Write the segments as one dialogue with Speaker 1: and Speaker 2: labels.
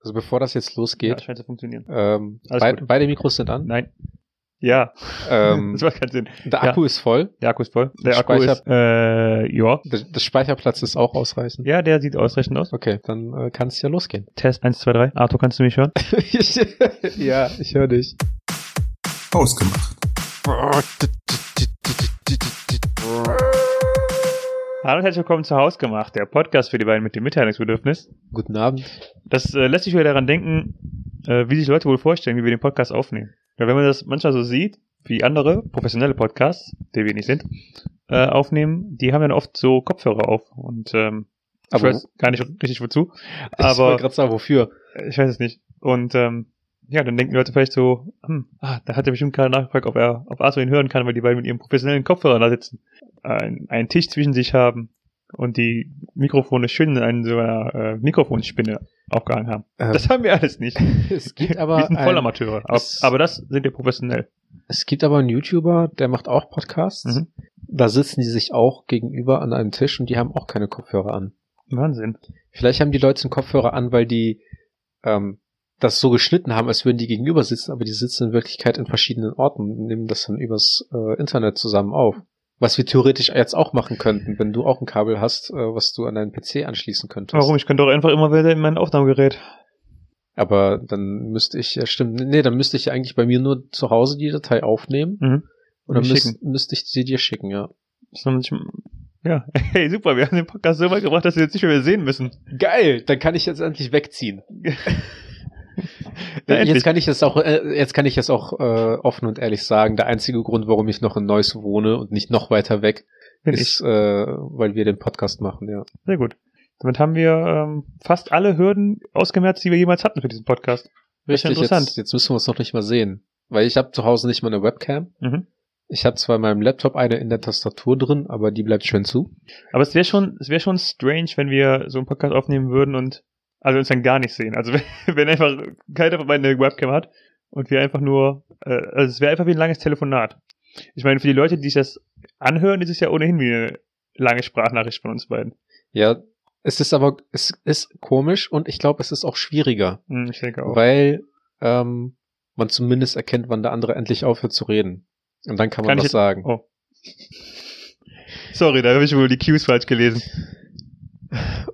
Speaker 1: Also bevor das jetzt
Speaker 2: Ja,
Speaker 1: losgeht,
Speaker 2: scheint zu funktionieren.
Speaker 1: ähm,
Speaker 2: Alles
Speaker 1: bei,
Speaker 2: gut.
Speaker 1: beide Mikros sind an.
Speaker 2: Nein. Ja,
Speaker 1: Ähm,
Speaker 2: das macht keinen Sinn.
Speaker 1: der Akku ist voll.
Speaker 2: Der Akku ist voll. Der
Speaker 1: Ich
Speaker 2: Akku
Speaker 1: speicher-
Speaker 2: ist, äh, ja.
Speaker 1: Das das Speicherplatz ist auch ausreichend.
Speaker 2: Ja, der sieht ausreichend aus.
Speaker 1: Okay, dann äh, kann es ja losgehen.
Speaker 2: Test 1, 2, 3. Arthur, kannst du mich hören?
Speaker 1: ja, ich höre dich.
Speaker 3: Ausgemacht.
Speaker 2: Hallo und herzlich willkommen zu Haus gemacht, der Podcast für die beiden mit dem Mitteilungsbedürfnis.
Speaker 1: Guten Abend.
Speaker 2: Das äh, lässt sich wieder daran denken, äh, wie sich Leute wohl vorstellen, wie wir den Podcast aufnehmen. Weil wenn man das manchmal so sieht, wie andere professionelle Podcasts, die wir nicht sind, äh, aufnehmen, die haben dann oft so Kopfhörer auf und ähm,
Speaker 1: Aber
Speaker 2: ich weiß gar nicht richtig wozu.
Speaker 1: ich
Speaker 2: Aber
Speaker 1: wollte gerade sagen, wofür?
Speaker 2: Ich weiß es nicht. Und ähm, ja, dann denken die Leute vielleicht so, hm, ah, da hat er bestimmt gerade nachgefragt, ob er ob Arthur ihn hören kann, weil die beiden mit ihrem professionellen Kopfhörer da sitzen, ein, einen Tisch zwischen sich haben und die Mikrofone schön in einen, so einer äh, Mikrofonspinne aufgehangen haben.
Speaker 1: Ähm,
Speaker 2: Das haben wir alles nicht.
Speaker 1: es gibt
Speaker 2: wir
Speaker 1: aber
Speaker 2: sind voll
Speaker 1: ein,
Speaker 2: Amateure. Aber,
Speaker 1: es-
Speaker 2: aber das sind wir professionell.
Speaker 1: es gibt aber einen YouTuber, der macht auch Podcasts.
Speaker 2: Mhm.
Speaker 1: Da sitzen die sich auch gegenüber an einem Tisch und die haben auch keine Kopfhörer an.
Speaker 2: Wahnsinn.
Speaker 1: Vielleicht haben die Leute einen Kopfhörer an, weil die ähm, das so geschnitten haben, als würden die gegenüber sitzen, aber die sitzen in Wirklichkeit in verschiedenen Orten und nehmen das dann übers äh, Internet zusammen auf. Was wir theoretisch jetzt auch machen könnten, wenn du auch ein Kabel hast, äh, was du an deinen PC anschließen könntest.
Speaker 2: Warum? Ich könnte doch einfach immer wieder in mein Aufnahmegerät.
Speaker 1: Aber dann müsste ich, ja stimmt, nee, dann müsste ich ja eigentlich bei mir nur zu Hause die Datei aufnehmen
Speaker 2: Mhm.
Speaker 1: und dann
Speaker 2: Mir
Speaker 1: müß,
Speaker 2: schicken.
Speaker 1: müsste ich sie dir schicken, ja.
Speaker 2: So manch- Ja, hey, super, wir haben den Podcast so weit gebracht, dass wir jetzt nicht mehr sehen müssen.
Speaker 1: Geil, dann kann ich jetzt endlich wegziehen.
Speaker 2: Na, endlich.
Speaker 1: Jetzt kann ich das auch, äh, jetzt kann ich das auch äh, offen und ehrlich sagen. Der einzige Grund, warum ich noch in Neuss wohne und nicht noch weiter weg,
Speaker 2: Bin ich.
Speaker 1: ist, äh, weil wir den Podcast machen, ja.
Speaker 2: Sehr gut. Damit haben wir ähm, fast alle Hürden ausgemerzt, die wir jemals hatten für diesen Podcast. Das ist ja interessant.
Speaker 1: Jetzt, jetzt müssen wir uns noch nicht mal sehen. Weil ich habe zu Hause nicht mal eine Webcam.
Speaker 2: Mhm.
Speaker 1: Ich habe zwar in meinem Laptop eine in der Tastatur drin, aber die bleibt schön zu.
Speaker 2: Aber es wäre schon, es wäre schon strange, wenn wir so einen Podcast aufnehmen würden und also uns dann gar nicht sehen. Also wenn, wenn einfach keiner von beiden eine Webcam hat und wir einfach nur, äh, also es wäre einfach wie ein langes Telefonat. Ich meine, für die Leute, die sich das anhören, ist es ja ohnehin wie eine lange Sprachnachricht von uns beiden.
Speaker 1: Ja, es ist aber, es ist komisch und ich glaube, es ist auch schwieriger.
Speaker 2: Hm, Ich denke auch.
Speaker 1: weil ähm, man zumindest erkennt, wann der andere endlich aufhört zu reden. Und dann kann man
Speaker 2: Kann
Speaker 1: was
Speaker 2: ich jetzt-
Speaker 1: sagen.
Speaker 2: Oh. Sorry, da habe ich wohl die Cues falsch gelesen.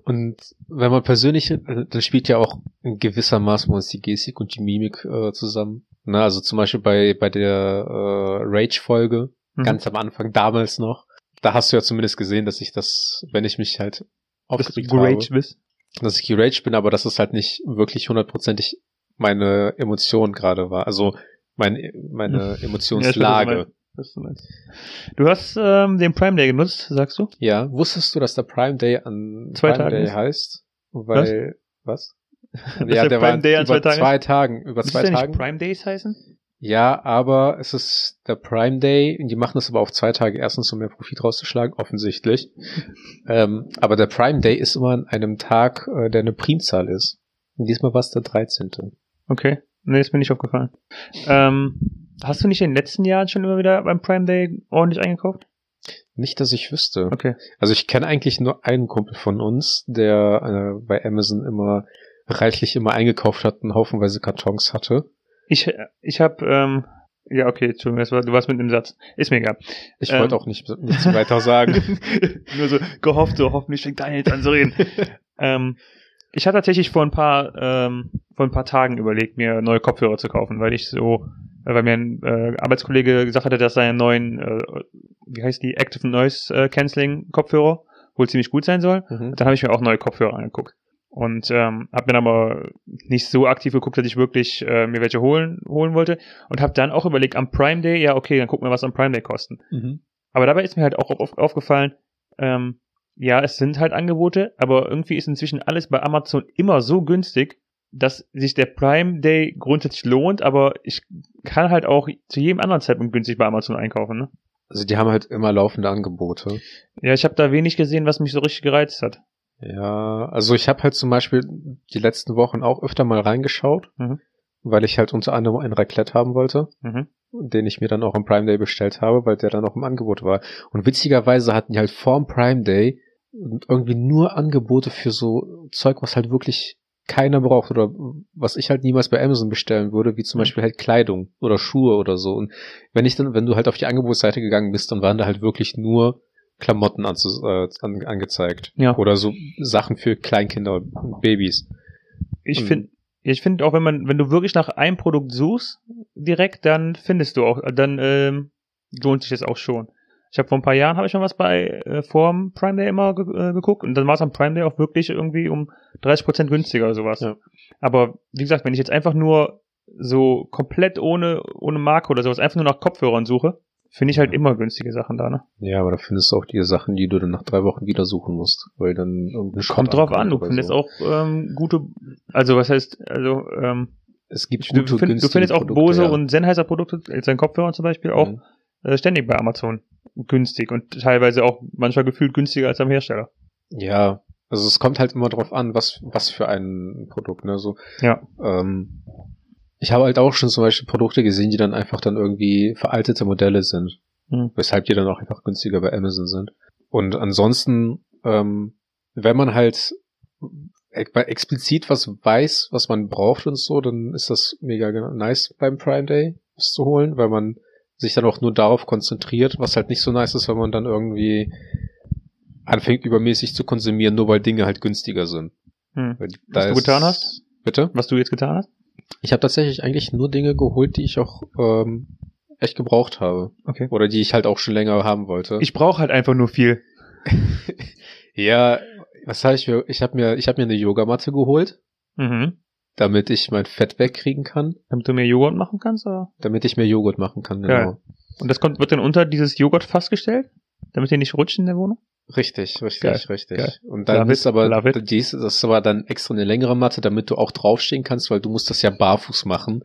Speaker 1: Und wenn man persönlich, äh, dann spielt ja auch in gewisser Maßmaß die Gestik und die Mimik äh, zusammen. Na, also zum Beispiel bei, bei der äh, Rage-Folge,
Speaker 2: Mhm.
Speaker 1: ganz am Anfang, damals noch, da hast du ja zumindest gesehen, dass ich das, wenn ich mich halt
Speaker 2: das ist
Speaker 1: aufgeregt habe,
Speaker 2: great bist.
Speaker 1: dass ich geraged bin, aber dass es halt nicht wirklich hundertprozentig meine Emotion gerade war. Also mein, meine Emotionslage.
Speaker 2: Was du meinst. Du hast ähm, den Prime Day genutzt, sagst du?
Speaker 1: Ja, wusstest du, dass der Prime Day an
Speaker 2: Zwei
Speaker 1: Prime
Speaker 2: Tagen
Speaker 1: Day
Speaker 2: ist?
Speaker 1: heißt? Weil was?
Speaker 2: Dass der Prime Day an
Speaker 1: über
Speaker 2: zwei Tagen
Speaker 1: zwei Tagen, über
Speaker 2: Müsste
Speaker 1: zwei
Speaker 2: der nicht
Speaker 1: Tagen.
Speaker 2: Prime Days heißen?
Speaker 1: Ja, aber es ist der Prime Day und die machen das aber auf zwei Tage erstens, um mehr Profit rauszuschlagen, offensichtlich. ähm, aber der Prime Day ist immer an einem Tag, äh, der eine Primzahl ist. Und diesmal war es der 13.
Speaker 2: Okay. Nee, ist mir nicht aufgefallen. Ähm, hast du nicht in den letzten Jahren schon immer wieder beim Prime Day ordentlich eingekauft?
Speaker 1: Nicht, dass ich wüsste.
Speaker 2: Okay.
Speaker 1: Also ich kenne eigentlich nur einen Kumpel von uns, der äh, bei Amazon immer reichlich immer eingekauft hat und haufenweise Kartons hatte.
Speaker 2: Ich, äh, ich habe, ähm, ja, okay, Entschuldigung, das war, du warst mit einem Satz. Ist mir egal.
Speaker 1: Ich
Speaker 2: Ähm.
Speaker 1: wollte auch nicht, nichts weiter sagen.
Speaker 2: Nur so gehofft, so hoffentlich fängt Daniel jetzt an zu reden. ähm, ich habe tatsächlich vor ein paar ähm, vor ein paar Tagen überlegt, mir neue Kopfhörer zu kaufen, weil ich so, äh, weil mir ein äh, Arbeitskollege gesagt hatte, dass seine neuen, äh, wie heißt die, Active Noise äh, Cancelling Kopfhörer wohl ziemlich gut sein soll.
Speaker 1: Mhm.
Speaker 2: Und dann habe ich mir auch neue Kopfhörer angeguckt. Und ähm, habe mir dann aber nicht so aktiv geguckt, dass ich wirklich äh, mir welche holen, holen wollte. Und habe dann auch überlegt, am Prime Day, ja okay, dann gucken wir, was am Prime Day kosten. Aber dabei ist mir halt auch auf, aufgefallen, ähm, ja, es sind halt Angebote, aber irgendwie ist inzwischen alles bei Amazon immer so günstig, dass sich der Prime Day grundsätzlich lohnt, aber ich kann halt auch zu jedem anderen Zeitpunkt günstig bei Amazon einkaufen. Ne?
Speaker 1: Also die haben halt immer laufende Angebote.
Speaker 2: Ja, ich habe da wenig gesehen, was mich so richtig gereizt hat.
Speaker 1: Ja, also ich habe halt zum Beispiel die letzten Wochen auch öfter mal reingeschaut,
Speaker 2: Mhm.
Speaker 1: weil ich halt unter anderem ein Raclette haben wollte,
Speaker 2: Mhm.
Speaker 1: den ich mir dann auch am Prime Day bestellt habe, weil der dann auch im Angebot war. Und witzigerweise hatten die halt vorm Prime Day irgendwie nur Angebote für so Zeug, was halt wirklich keiner braucht oder was ich halt niemals bei Amazon bestellen würde, wie zum
Speaker 2: Mhm.
Speaker 1: Beispiel halt Kleidung oder Schuhe oder so. Und wenn ich dann, wenn du halt auf die Angebotsseite gegangen bist, dann waren da halt wirklich nur Klamotten anzu, äh, an, angezeigt.
Speaker 2: Ja.
Speaker 1: Oder so Sachen für Kleinkinder und Babys.
Speaker 2: Ich
Speaker 1: Mhm.
Speaker 2: finde, ich finde auch, wenn man, wenn du wirklich nach einem Produkt suchst, direkt, dann findest du auch, dann ähm, lohnt sich das auch schon. Ich habe vor ein paar Jahren habe ich schon was bei äh, vorm Prime Day immer ge äh, geguckt und dann war es am Prime Day auch wirklich irgendwie um 30 günstiger oder sowas.
Speaker 1: Ja.
Speaker 2: Aber wie gesagt, wenn ich jetzt einfach nur so komplett ohne ohne Marke oder sowas einfach nur nach Kopfhörern suche, finde ich halt immer günstige Sachen da. Ne?
Speaker 1: Ja, aber da findest du auch die Sachen, die du dann nach drei Wochen wieder suchen musst, weil dann irgendein Schrott
Speaker 2: Kommt drauf
Speaker 1: ankommt
Speaker 2: an, du
Speaker 1: oder
Speaker 2: findest
Speaker 1: so.
Speaker 2: auch ähm, gute, also was heißt, also ähm,
Speaker 1: Es gibt
Speaker 2: Du,
Speaker 1: gute,
Speaker 2: find, du
Speaker 1: günstige
Speaker 2: findest auch
Speaker 1: Produkte,
Speaker 2: Bose
Speaker 1: ja.
Speaker 2: und Sennheiser Produkte, sein Kopfhörer zum Beispiel, auch
Speaker 1: Mhm.
Speaker 2: äh, ständig bei Amazon günstig und teilweise auch manchmal gefühlt günstiger als am Hersteller.
Speaker 1: Ja, also es kommt halt immer drauf an, was, was für ein Produkt, ne? So,
Speaker 2: Ja.
Speaker 1: ähm, ich habe halt auch schon zum Beispiel Produkte gesehen, die dann einfach dann irgendwie veraltete Modelle sind,
Speaker 2: Mhm.
Speaker 1: weshalb die dann auch einfach günstiger bei Amazon sind. Und ansonsten, ähm, wenn man halt ex- explizit was weiß, was man braucht und so, dann ist das mega gen- nice beim Prime Day, was zu holen, weil man sich dann auch nur darauf konzentriert, was halt nicht so nice ist, wenn man dann irgendwie anfängt übermäßig zu konsumieren, nur weil Dinge halt günstiger sind.
Speaker 2: Hm.
Speaker 1: Weil da
Speaker 2: Was du
Speaker 1: ist-
Speaker 2: getan hast?
Speaker 1: Bitte?
Speaker 2: Was du jetzt getan hast?
Speaker 1: Ich habe tatsächlich eigentlich nur Dinge geholt, die ich auch ähm, echt gebraucht habe.
Speaker 2: Okay.
Speaker 1: Oder die ich halt auch schon länger haben wollte.
Speaker 2: Ich brauche halt einfach nur viel.
Speaker 1: ja, was habe ich mir? Ich habe mir, ich hab mir eine Yogamatte geholt,
Speaker 2: Mhm.
Speaker 1: damit ich mein Fett wegkriegen kann,
Speaker 2: Damit du mir Joghurt machen kannst? Oder?
Speaker 1: damit ich mir Joghurt machen kann. Genau.
Speaker 2: Geil. Und das kommt, wird dann unter dieses Joghurtfass gestellt? Damit die nicht rutschen in der Wohnung?
Speaker 1: Richtig, richtig,
Speaker 2: Geil,
Speaker 1: richtig.
Speaker 2: geil.
Speaker 1: Und dann
Speaker 2: Love
Speaker 1: ist
Speaker 2: it,
Speaker 1: aber
Speaker 2: love it.
Speaker 1: dies, das ist aber dann extra eine längere Matte, damit du auch draufstehen kannst, weil du musst das ja barfuß machen.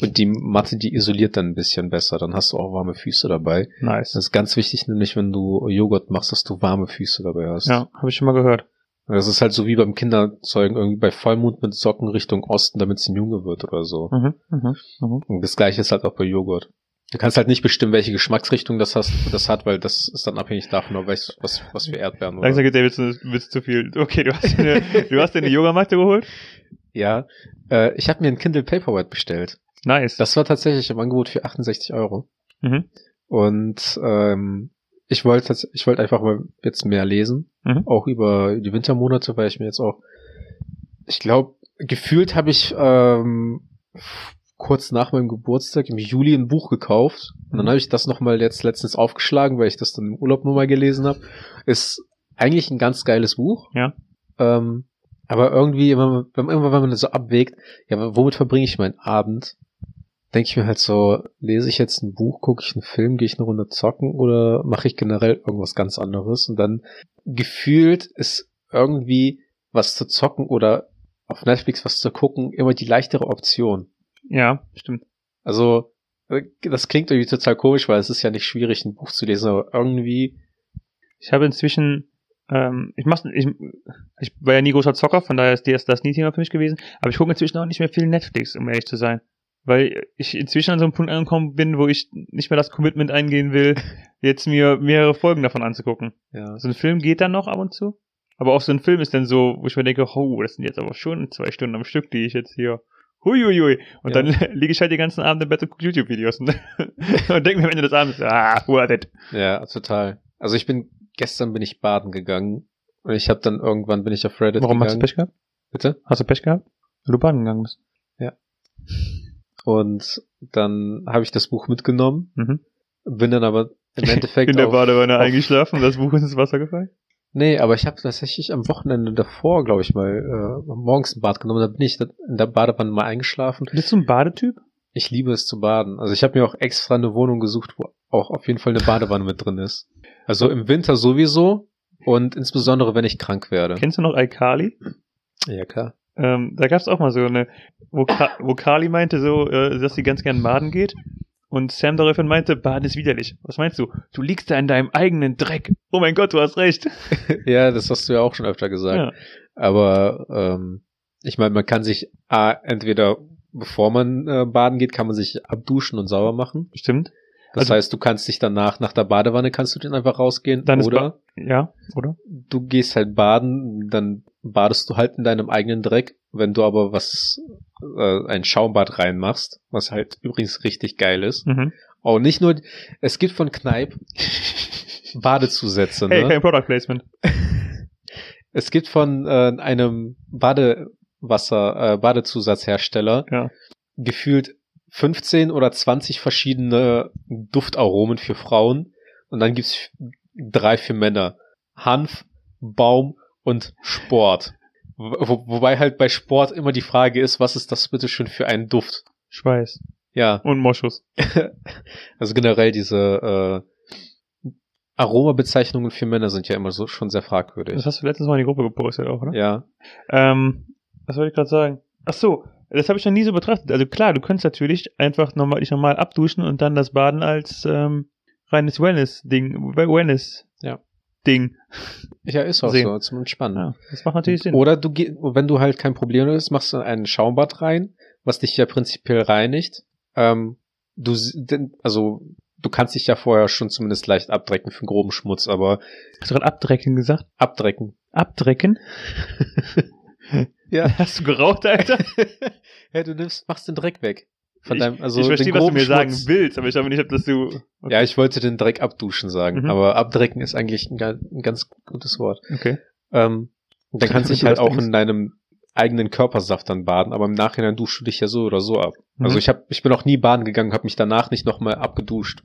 Speaker 1: und die Matte, die isoliert dann ein bisschen besser. Dann hast du auch warme Füße dabei.
Speaker 2: Nice.
Speaker 1: Das ist ganz wichtig, nämlich wenn du Joghurt machst, dass du warme Füße dabei hast.
Speaker 2: ja, habe ich schon mal gehört.
Speaker 1: Und Das ist halt so wie beim Kinderzeugen, irgendwie bei Vollmond mit Socken Richtung Osten, damit es ein Junge wird oder so.
Speaker 2: Mhm. Mhm. Mhm.
Speaker 1: Und das gleiche ist halt auch bei Joghurt. Du kannst halt nicht bestimmen, welche Geschmacksrichtung das, hast, das hat, weil das ist dann abhängig davon, ob weiß, was, was für Erdbeeren oder
Speaker 2: Langsam geht's dir willst du, willst du zu viel. Okay, du hast dir eine, du hast dir eine Yogamatte geholt?
Speaker 1: Ja, äh, ich habe mir ein Kindle Paperwhite bestellt.
Speaker 2: Nice.
Speaker 1: Das war tatsächlich im Angebot für 68 Euro.
Speaker 2: mhm.
Speaker 1: Und ähm, ich wollte tats- ich wollte einfach mal jetzt mehr lesen,
Speaker 2: Mhm.
Speaker 1: auch über die Wintermonate, weil ich mir jetzt auch, ich glaube, gefühlt habe ich ähm, f- kurz nach meinem Geburtstag im Juli ein Buch gekauft. Und dann
Speaker 2: Mhm.
Speaker 1: habe ich das nochmal jetzt letztens aufgeschlagen, weil ich das dann im Urlaub nochmal gelesen habe. Ist eigentlich ein ganz geiles Buch.
Speaker 2: Ja.
Speaker 1: Ähm, aber irgendwie, wenn man, wenn, irgendwann, wenn man das so abwägt, ja, aber womit verbringe ich meinen Abend? Denke ich mir halt so, lese ich jetzt ein Buch, gucke ich einen Film, gehe ich eine Runde zocken oder mache ich generell irgendwas ganz anderes? Und dann gefühlt ist irgendwie was zu zocken oder auf Netflix was zu gucken immer die leichtere Option.
Speaker 2: Ja, stimmt.
Speaker 1: Also, äh, das klingt irgendwie total komisch, weil es ist ja nicht schwierig, ein Buch zu lesen, aber irgendwie,
Speaker 2: Ich habe inzwischen, ähm, ich mach's, ich, ich war ja nie großer Zocker, von daher ist DS das nie Thema für mich gewesen, aber ich gucke inzwischen auch nicht mehr viel Netflix, um ehrlich zu sein. Weil ich inzwischen an so einem Punkt angekommen bin, wo ich nicht mehr das Commitment eingehen will, jetzt mir mehrere Folgen davon anzugucken.
Speaker 1: ja.
Speaker 2: So ein Film geht dann noch ab und zu. Aber auch so ein Film ist dann so, wo ich mir denke, oh, das sind jetzt aber schon zwei Stunden am Stück, die ich jetzt hier. Huiuiui. Und
Speaker 1: Ja.
Speaker 2: dann liege ich halt den ganzen Abend im Bett und gucke YouTube-Videos. Ne? und denke mir am Ende des Abends, ah, worth it.
Speaker 1: Ja, total. Also ich bin gestern bin ich baden gegangen und ich habe dann irgendwann bin ich auf Reddit
Speaker 2: Warum hast du
Speaker 1: gegangen.
Speaker 2: Pech gehabt?
Speaker 1: bitte?
Speaker 2: Hast du Pech gehabt? Weil du baden gegangen bist.
Speaker 1: Und dann habe ich das Buch mitgenommen,
Speaker 2: Mhm.
Speaker 1: bin dann aber im Endeffekt
Speaker 2: In der
Speaker 1: auf-
Speaker 2: Badewanne
Speaker 1: auf-
Speaker 2: eingeschlafen und das Buch ist ins Wasser gefallen.
Speaker 1: Nee, aber ich habe tatsächlich am Wochenende davor, glaube ich mal, äh, morgens ein Bad genommen, da bin ich da- in der Badewanne mal eingeschlafen.
Speaker 2: Bist du ein Badetyp?
Speaker 1: Ich liebe es zu baden. Also ich habe mir auch extra eine Wohnung gesucht, wo auch auf jeden Fall eine Badewanne mit drin ist. Also im Winter sowieso und insbesondere wenn ich krank werde.
Speaker 2: Kennst du noch Alkali?
Speaker 1: Ja, klar.
Speaker 2: Ähm, da gab es auch mal so eine, wo, Ka wo Carly meinte so, äh, dass sie ganz gern baden geht. Und Sam daraufhin meinte, Baden ist widerlich. Was meinst du? Du liegst da in deinem eigenen Dreck. Oh mein Gott, du hast recht.
Speaker 1: Ja, das hast du ja auch schon öfter gesagt.
Speaker 2: Ja.
Speaker 1: Aber ähm, ich meine, man kann sich A, entweder bevor man äh, baden geht, kann man sich abduschen und sauber machen.
Speaker 2: Stimmt.
Speaker 1: Das
Speaker 2: Also-
Speaker 1: heißt, du kannst dich danach, nach der Badewanne kannst du dann einfach rausgehen.
Speaker 2: Dann ist
Speaker 1: oder
Speaker 2: Ja, oder?
Speaker 1: du gehst halt baden, dann badest du halt in deinem eigenen Dreck Wenn du aber was, äh, ein Schaumbad reinmachst, was halt übrigens richtig geil ist.
Speaker 2: Mhm.
Speaker 1: Oh, nicht nur, es gibt von Kneipp Badezusätze,
Speaker 2: Hey,
Speaker 1: ne?
Speaker 2: kein Product Placement.
Speaker 1: Es gibt von äh, einem Badewasser, äh, Badezusatzhersteller
Speaker 2: Ja.
Speaker 1: gefühlt 15 oder 20 verschiedene Duftaromen für Frauen und dann gibt's drei für Männer. Hanf, Baum und Sport. Wo, wobei halt bei Sport immer die Frage ist, was ist das bitteschön für ein Duft?
Speaker 2: Schweiß.
Speaker 1: Ja,
Speaker 2: Und Moschus.
Speaker 1: also generell diese äh, Aromabezeichnungen für Männer sind ja immer so schon sehr
Speaker 2: Das
Speaker 1: fragwürdig.
Speaker 2: hast du letztens mal in die Gruppe gepostet auch, oder?
Speaker 1: Ja.
Speaker 2: Ähm, was wollte ich gerade sagen? Ach so, das habe ich noch nie so betrachtet. Also klar, du könntest natürlich einfach normal, dich normal abduschen und dann das Baden als ähm, reines Wellness-Ding,
Speaker 1: Ja.
Speaker 2: Wellness-Ding.
Speaker 1: Ja, ist auch
Speaker 2: Sehen.
Speaker 1: so, zum Entspannen.
Speaker 2: Ja, das macht natürlich Sinn.
Speaker 1: Oder du geh- wenn du halt kein Problem hast, machst du einen Schaumbad rein, was dich ja prinzipiell reinigt. Ähm, du, s- denn- also du kannst dich ja vorher schon zumindest leicht abdrecken für einen groben Schmutz, aber
Speaker 2: Hast du gerade abdrecken gesagt?
Speaker 1: abdrecken.
Speaker 2: Abdrecken?
Speaker 1: Ja.
Speaker 2: Hast du geraucht, Alter?
Speaker 1: ja, du nimmst, machst den Dreck weg. Von
Speaker 2: Ich-
Speaker 1: deinem, also
Speaker 2: ich verstehe,
Speaker 1: den
Speaker 2: was du
Speaker 1: groben
Speaker 2: mir sagen
Speaker 1: Schmutz.
Speaker 2: willst, aber ich glaube nicht, dass du.
Speaker 1: Ja, ich wollte den Dreck abduschen sagen,
Speaker 2: Mhm.
Speaker 1: aber abdrecken ist eigentlich ein, ga- ein ganz gutes Wort.
Speaker 2: Okay.
Speaker 1: Ähm, dann
Speaker 2: Ich
Speaker 1: kannst du dich
Speaker 2: finde,
Speaker 1: halt
Speaker 2: das
Speaker 1: auch
Speaker 2: Ding ist-
Speaker 1: in deinem eigenen Körpersaft dann baden, aber im Nachhinein duschst du dich ja so oder so ab. Also
Speaker 2: Mhm.
Speaker 1: ich hab, ich bin auch nie baden gegangen, habe mich danach nicht nochmal abgeduscht,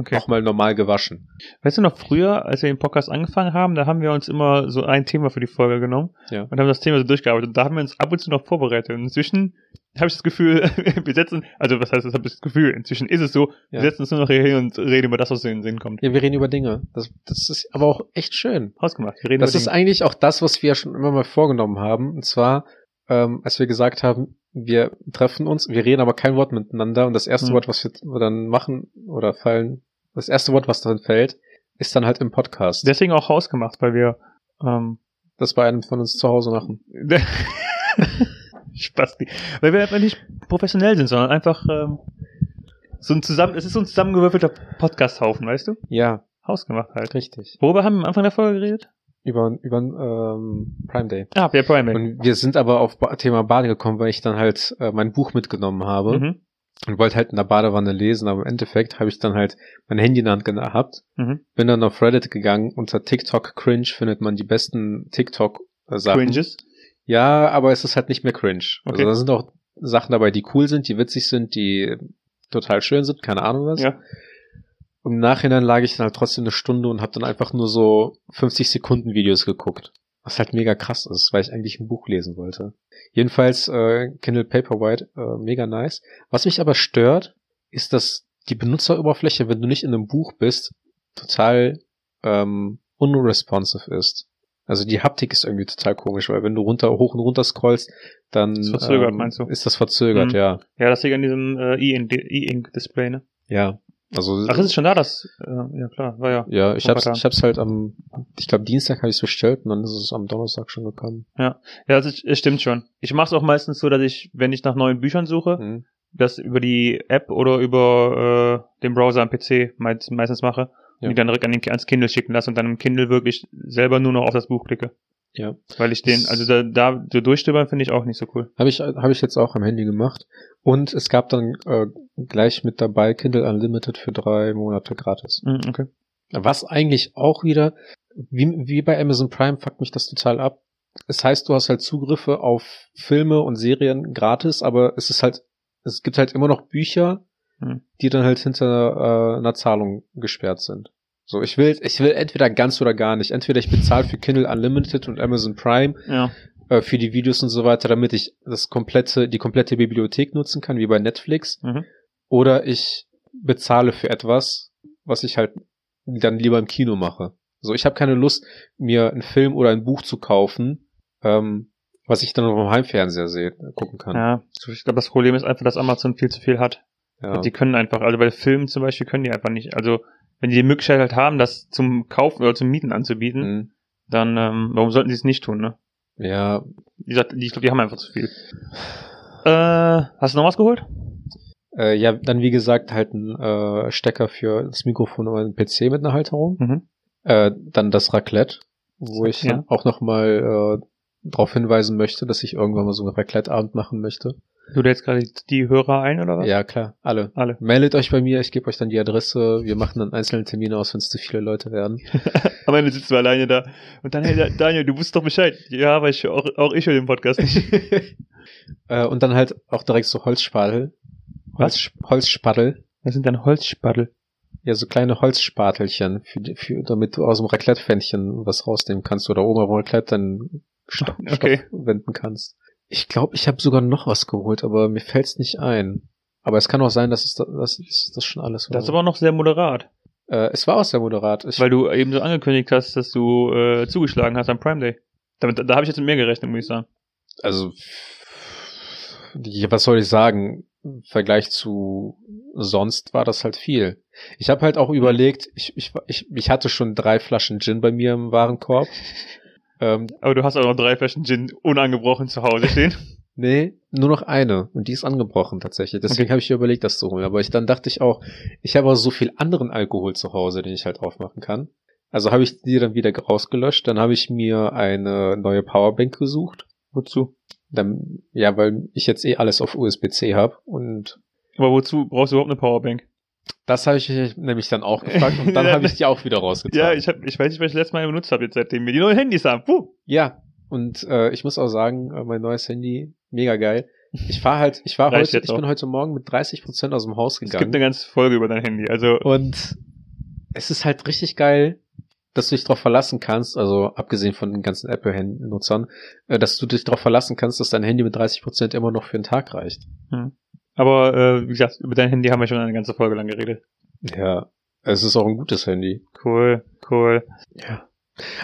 Speaker 2: Okay.
Speaker 1: nochmal normal gewaschen.
Speaker 2: Weißt du noch, früher, als wir den Podcast angefangen haben, da haben wir uns immer so ein Thema für die Folge genommen
Speaker 1: Ja.
Speaker 2: und haben das Thema so durchgearbeitet. Und da haben wir uns ab und zu noch vorbereitet. Und inzwischen habe ich das Gefühl, wir setzen, also was heißt das, habe ich das Gefühl, inzwischen ist es so,
Speaker 1: Ja.
Speaker 2: wir setzen uns nur noch hier hin und reden über das, was in den Sinn kommt.
Speaker 1: Ja, wir reden über Dinge. Das, das ist aber auch echt schön.
Speaker 2: Hausgemacht, wir reden
Speaker 1: Das
Speaker 2: über
Speaker 1: ist
Speaker 2: Dinge.
Speaker 1: eigentlich auch das, was wir ja schon immer mal vorgenommen haben. Und zwar, ähm, als wir gesagt haben, wir treffen uns, wir reden aber kein Wort miteinander. Und das erste
Speaker 2: Mhm.
Speaker 1: Wort, was wir dann machen oder fallen, das erste Wort, was dann fällt, ist dann halt im Podcast.
Speaker 2: Deswegen auch hausgemacht, weil wir ähm,
Speaker 1: Das bei einem von uns zu Hause machen.
Speaker 2: Spaß. Weil wir einfach nicht professionell sind, sondern einfach ähm, so ein zusammen, es ist so ein zusammengewürfelter Podcasthaufen, weißt du?
Speaker 1: Ja,
Speaker 2: Hausgemacht halt.
Speaker 1: richtig.
Speaker 2: Worüber haben wir am Anfang der Folge geredet?
Speaker 1: Über, über ähm, Prime Day.
Speaker 2: Ah, der Primate.
Speaker 1: Und wir sind aber auf ba Thema Baden gekommen, weil ich dann halt äh, mein Buch mitgenommen habe
Speaker 2: Mhm.
Speaker 1: und wollte halt in der Badewanne lesen, aber im Endeffekt habe ich dann halt mein Handy in der Hand gehabt,
Speaker 2: Mhm.
Speaker 1: bin dann auf Reddit gegangen, unter TikTok Cringe findet man die besten TikTok äh, Sachen.
Speaker 2: Cringes.
Speaker 1: Ja, aber es ist halt nicht mehr cringe. Also
Speaker 2: Okay.
Speaker 1: da sind auch Sachen dabei, die cool sind, die witzig sind, die total schön sind, keine Ahnung was.
Speaker 2: Ja.
Speaker 1: Und Im Nachhinein lag ich dann halt trotzdem eine Stunde und habe dann einfach nur so 50 Sekunden Videos geguckt. Was halt mega krass ist, weil ich eigentlich ein Buch lesen wollte. Jedenfalls äh, Kindle Paperwhite, äh, mega nice. Was mich aber stört, ist, dass die Benutzeroberfläche, wenn du nicht in einem Buch bist, total ähm, unresponsive ist. Also die Haptik ist irgendwie total komisch, weil wenn du runter, hoch und runter scrollst, dann ähm,
Speaker 2: Ist verzögert, meinst du?
Speaker 1: ist das verzögert,
Speaker 2: Mhm.
Speaker 1: ja.
Speaker 2: Ja, das liegt an diesem äh, E-Ink- E-Ink-Display, ne?
Speaker 1: Ja. Also
Speaker 2: Ach, ist es schon da, das? Äh, ja, klar, war ja.
Speaker 1: Ja, ich
Speaker 2: Vor ein
Speaker 1: hab's,
Speaker 2: paar Tagen.
Speaker 1: ich hab's halt am, ich glaube Dienstag habe ich es bestellt und dann ist es am Donnerstag schon gekommen.
Speaker 2: Ja, das ist, es stimmt schon. Ich mache es auch meistens so, dass ich, wenn ich nach neuen Büchern suche,
Speaker 1: Mhm.
Speaker 2: das über die App oder über äh, den Browser am PC meist, meistens mache.
Speaker 1: Ja.
Speaker 2: Und die dann direkt an den, ans Kindle schicken lasse und dann im Kindle wirklich selber nur noch auf das Buch klicke.
Speaker 1: Ja.
Speaker 2: Weil ich den,
Speaker 1: Das-
Speaker 2: also da, da so durchstöbern finde ich auch nicht so cool.
Speaker 1: Habe ich, hab ich jetzt auch am Handy gemacht. Und es gab dann äh, gleich mit dabei Kindle Unlimited für drei Monate gratis.
Speaker 2: Mhm, okay.
Speaker 1: Was eigentlich auch wieder, wie, wie bei Amazon Prime, fuckt mich das total ab. Es heißt, du hast halt Zugriffe auf Filme und Serien gratis, aber es ist halt, es gibt halt immer noch Bücher,
Speaker 2: Mhm.
Speaker 1: die dann halt hinter äh, einer Zahlung gesperrt sind. So, ich will, ich will entweder ganz oder gar nicht. Entweder ich bezahle für Kindle Unlimited und Amazon Prime
Speaker 2: Ja.
Speaker 1: äh, für die Videos und so weiter, damit ich das komplette, die komplette Bibliothek nutzen kann, wie bei Netflix.
Speaker 2: Mhm.
Speaker 1: Oder ich bezahle für etwas, was ich halt dann lieber im Kino mache. So, ich habe keine Lust, mir einen Film oder ein Buch zu kaufen, ähm, was ich dann auf dem Heimfernseher sehe, gucken kann.
Speaker 2: Ja. So, Ich glaube, das Problem ist einfach, dass Amazon viel zu viel hat.
Speaker 1: Ja.
Speaker 2: Die können einfach, also bei Filmen zum Beispiel können die einfach nicht. Also wenn die die Möglichkeit halt haben, das zum Kaufen oder zum Mieten anzubieten,
Speaker 1: Mhm.
Speaker 2: dann ähm, warum sollten sie es nicht tun, ne?
Speaker 1: ja,
Speaker 2: Wie gesagt, die- ich glaube, die haben einfach zu viel. Äh, hast du noch was geholt?
Speaker 1: äh, ja, dann wie gesagt halt ein äh, Stecker für das Mikrofon oder einen PC mit einer Halterung.
Speaker 2: Mhm.
Speaker 1: Äh, dann das Raclette, wo ich
Speaker 2: Ja.
Speaker 1: dann auch nochmal darauf äh, hinweisen möchte, dass ich irgendwann mal so einen Raclette-Abend machen möchte.
Speaker 2: Du lädst gerade die Hörer ein, oder was?
Speaker 1: Ja, klar, alle.
Speaker 2: Alle.
Speaker 1: Meldet euch bei mir, ich gebe euch dann die Adresse. Wir machen dann einzelne Termine aus, wenn es zu viele Leute werden.
Speaker 2: Am Ende sitzen wir alleine da. Und dann, hey, Da- Daniel, du wusstest doch Bescheid. Ja, aber ich, auch, auch ich höre den Podcast nicht.
Speaker 1: Äh, und dann halt auch direkt so Holzspatel. Holz, Holzspatel.
Speaker 2: Das sind dann Holzspaddel.
Speaker 1: Ja, so kleine Holzspatelchen, für, die- für, damit du aus dem Raclette-Fännchen was rausnehmen kannst oder oben auf dem Raclette dann Stoff,
Speaker 2: Okay.
Speaker 1: Stoff wenden kannst. Ich glaube, ich habe sogar noch was geholt, aber mir fällt's nicht ein. Aber es kann auch sein, dass es da, dass, dass das schon alles
Speaker 2: Das ist aber auch noch sehr moderat,
Speaker 1: äh, es war auch sehr moderat. Ich,
Speaker 2: Oh. weil du eben so angekündigt hast, dass du äh, zugeschlagen hast am Prime Day. Damit, da da habe ich jetzt mit mehr gerechnet, muss ich sagen.
Speaker 1: also, ja, was soll ich sagen? Im Vergleich zu sonst war das halt viel. Ich habe halt auch überlegt, ich, ich, ich, ich hatte schon drei Flaschen Gin bei mir im Warenkorb. ähm,
Speaker 2: Aber du hast auch noch drei Flaschen Gin unangebrochen zu Hause stehen.
Speaker 1: Nee, nur noch eine. Und die ist angebrochen tatsächlich. Deswegen
Speaker 2: Okay.
Speaker 1: habe ich mir überlegt, das zu holen. Aber ich, dann dachte ich auch, ich habe auch so viel anderen Alkohol zu Hause, den ich halt aufmachen kann. Also habe ich die dann wieder rausgelöscht. Dann habe ich mir eine neue Powerbank gesucht.
Speaker 2: Wozu?
Speaker 1: Dann, ja, weil ich jetzt eh alles auf USB-C habe. Und
Speaker 2: Aber wozu brauchst du überhaupt eine Powerbank?
Speaker 1: das habe ich mich nämlich dann auch gefragt. Und dann habe ich die auch wieder rausgetan.
Speaker 2: Ja, ich, hab, ich weiß nicht, was ich letztes Mal benutzt habe, jetzt seitdem wir die neuen Handys haben. Puh.
Speaker 1: Ja, und äh, ich muss auch sagen, äh, mein neues Handy, mega geil. Ich fahre halt, ich war
Speaker 2: Reicht
Speaker 1: heute,
Speaker 2: jetzt
Speaker 1: ich bin
Speaker 2: auch.
Speaker 1: heute Morgen mit 30% aus dem Haus
Speaker 2: Es
Speaker 1: gegangen.
Speaker 2: gibt eine ganze Folge über dein Handy. Also,
Speaker 1: Und es ist halt richtig geil, dass du dich darauf verlassen kannst, also abgesehen von den ganzen Apple-Nutzern, äh, dass du dich darauf verlassen kannst, dass dein Handy mit 30% immer noch für einen Tag reicht.
Speaker 2: aber äh, wie gesagt, über dein Handy haben wir schon eine ganze Folge lang geredet.
Speaker 1: Ja, es ist auch ein gutes Handy.
Speaker 2: Cool, cool.
Speaker 1: Ja.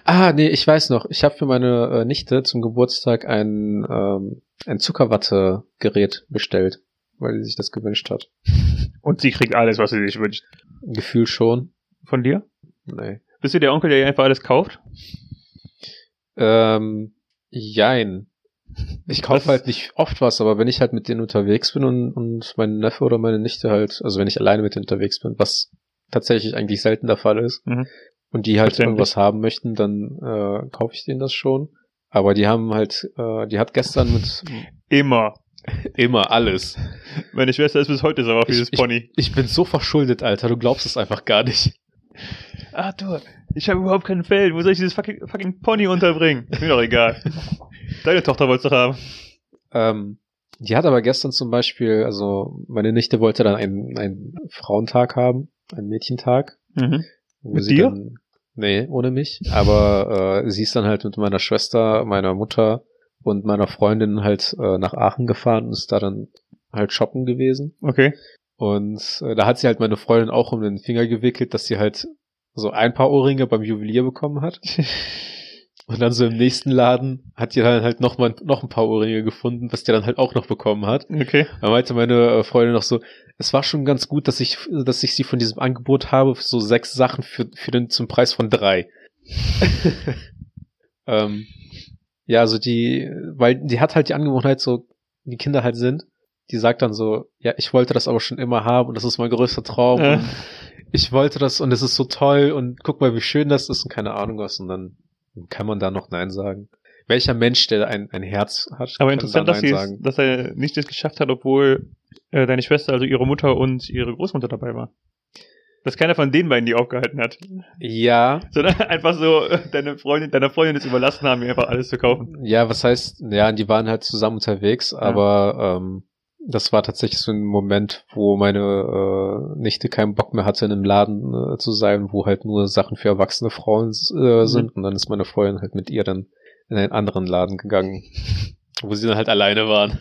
Speaker 1: Ah, nee, ich weiß noch. Ich habe für meine äh, Nichte zum Geburtstag ein, ähm, ein Zuckerwatte-Gerät bestellt, weil sie sich das gewünscht hat.
Speaker 2: Und sie kriegt alles, was sie sich wünscht.
Speaker 1: Gefühl schon.
Speaker 2: Von dir?
Speaker 1: Nee.
Speaker 2: Bist du der Onkel, der ihr einfach alles kauft?
Speaker 1: Ähm, jein. Ich
Speaker 2: Was-
Speaker 1: kaufe halt nicht oft was, aber wenn ich halt mit denen unterwegs bin und, und mein Neffe oder meine Nichte halt, also wenn ich alleine mit denen unterwegs bin, was tatsächlich eigentlich selten der Fall ist,
Speaker 2: Mhm.
Speaker 1: und die halt
Speaker 2: Verständlich.
Speaker 1: irgendwas haben möchten, dann äh, kaufe ich denen das schon. Aber die haben halt, äh, die hat gestern mit
Speaker 2: Immer.
Speaker 1: immer alles.
Speaker 2: Meine Schwester ist bis heute sauer auf
Speaker 1: Ich-
Speaker 2: dieses Pony.
Speaker 1: Ich bin so verschuldet, Alter, du glaubst es einfach gar nicht.
Speaker 2: Arthur, ich habe überhaupt kein Feld. Wo soll ich dieses fucking, fucking Pony unterbringen? Ist mir doch egal. Deine Tochter wollte es doch haben.
Speaker 1: Ähm, die hat aber gestern zum Beispiel, also meine Nichte wollte dann einen, einen Frauentag haben, einen Mädchentag.
Speaker 2: Mhm.
Speaker 1: Wo
Speaker 2: Mit
Speaker 1: sie
Speaker 2: dir?
Speaker 1: Dann, nee, ohne mich. Aber äh, sie ist dann halt mit meiner Schwester, meiner Mutter und meiner Freundin halt äh, nach Aachen gefahren und ist da dann halt shoppen gewesen.
Speaker 2: Okay.
Speaker 1: Und äh, da hat sie halt meine Freundin auch um den Finger gewickelt, dass sie halt so ein paar Ohrringe beim Juwelier bekommen hat. Und dann so im nächsten Laden hat sie dann halt noch, mal, noch ein paar Ohrringe gefunden, was die dann halt auch noch bekommen hat.
Speaker 2: Okay.
Speaker 1: Da meinte meine äh, Freundin noch so, es war schon ganz gut, dass ich, dass ich sie von diesem Angebot habe, so sechs Sachen für, für den, zum Preis von drei. ähm, ja, also die, weil die hat halt die Angewohnheit so, wie Kinder halt sind, die sagt dann so, ja, ich wollte das aber schon immer haben und das ist mein größter Traum.
Speaker 2: Äh,
Speaker 1: Und ich wollte das und es ist so toll und guck mal, wie schön das ist und keine Ahnung was und dann kann man da noch Nein sagen. Welcher Mensch, der ein, ein Herz hat,
Speaker 2: aber
Speaker 1: kann
Speaker 2: interessant,
Speaker 1: da
Speaker 2: dass, sie es, dass er nicht das geschafft hat, obwohl äh, deine Schwester, also ihre Mutter und ihre Großmutter dabei war. Dass keiner von den beiden die aufgehalten hat.
Speaker 1: Ja,
Speaker 2: Sondern einfach so, äh, deine Freundin, deiner Freundin es überlassen haben, ihr einfach alles zu kaufen.
Speaker 1: Ja, was heißt, ja, die waren halt zusammen unterwegs, aber ähm, das war tatsächlich so ein Moment, wo meine äh, Nichte keinen Bock mehr hatte, in einem Laden äh, zu sein, wo halt nur Sachen für erwachsene Frauen
Speaker 2: Mhm.
Speaker 1: äh, sind. Und dann ist meine Freundin halt mit ihr dann in einen anderen Laden gegangen, wo sie dann halt alleine waren.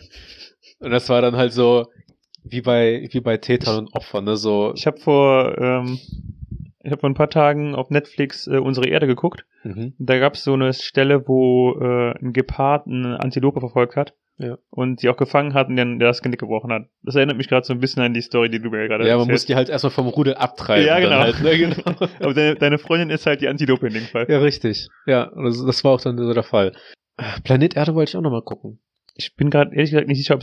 Speaker 1: Und das war dann halt so wie bei wie bei Tätern und Opfern, ne? So
Speaker 2: Ich habe vor, ähm, ich habe vor ein paar Tagen auf Netflix äh, unsere Erde geguckt.
Speaker 1: mhm.
Speaker 2: Da gab es so eine Stelle, wo äh, ein Gepard eine Antilope verfolgt hat
Speaker 1: Ja.
Speaker 2: und die auch gefangen hat und dann der das Genick gebrochen hat. Das erinnert mich gerade so ein bisschen an die Story, die du mir gerade
Speaker 1: ja, man muss
Speaker 2: erzählt
Speaker 1: die halt erstmal vom Rudel abtreiben. dann
Speaker 2: Ja, genau.
Speaker 1: Halt, ne? genau.
Speaker 2: hast. Aber deine, deine Freundin ist halt die Antilope in dem Fall.
Speaker 1: Ja, richtig. Ja, das, das war auch dann so der Fall. Planet Erde wollte ich auch nochmal gucken.
Speaker 2: Ich bin gerade ehrlich gesagt nicht sicher, ob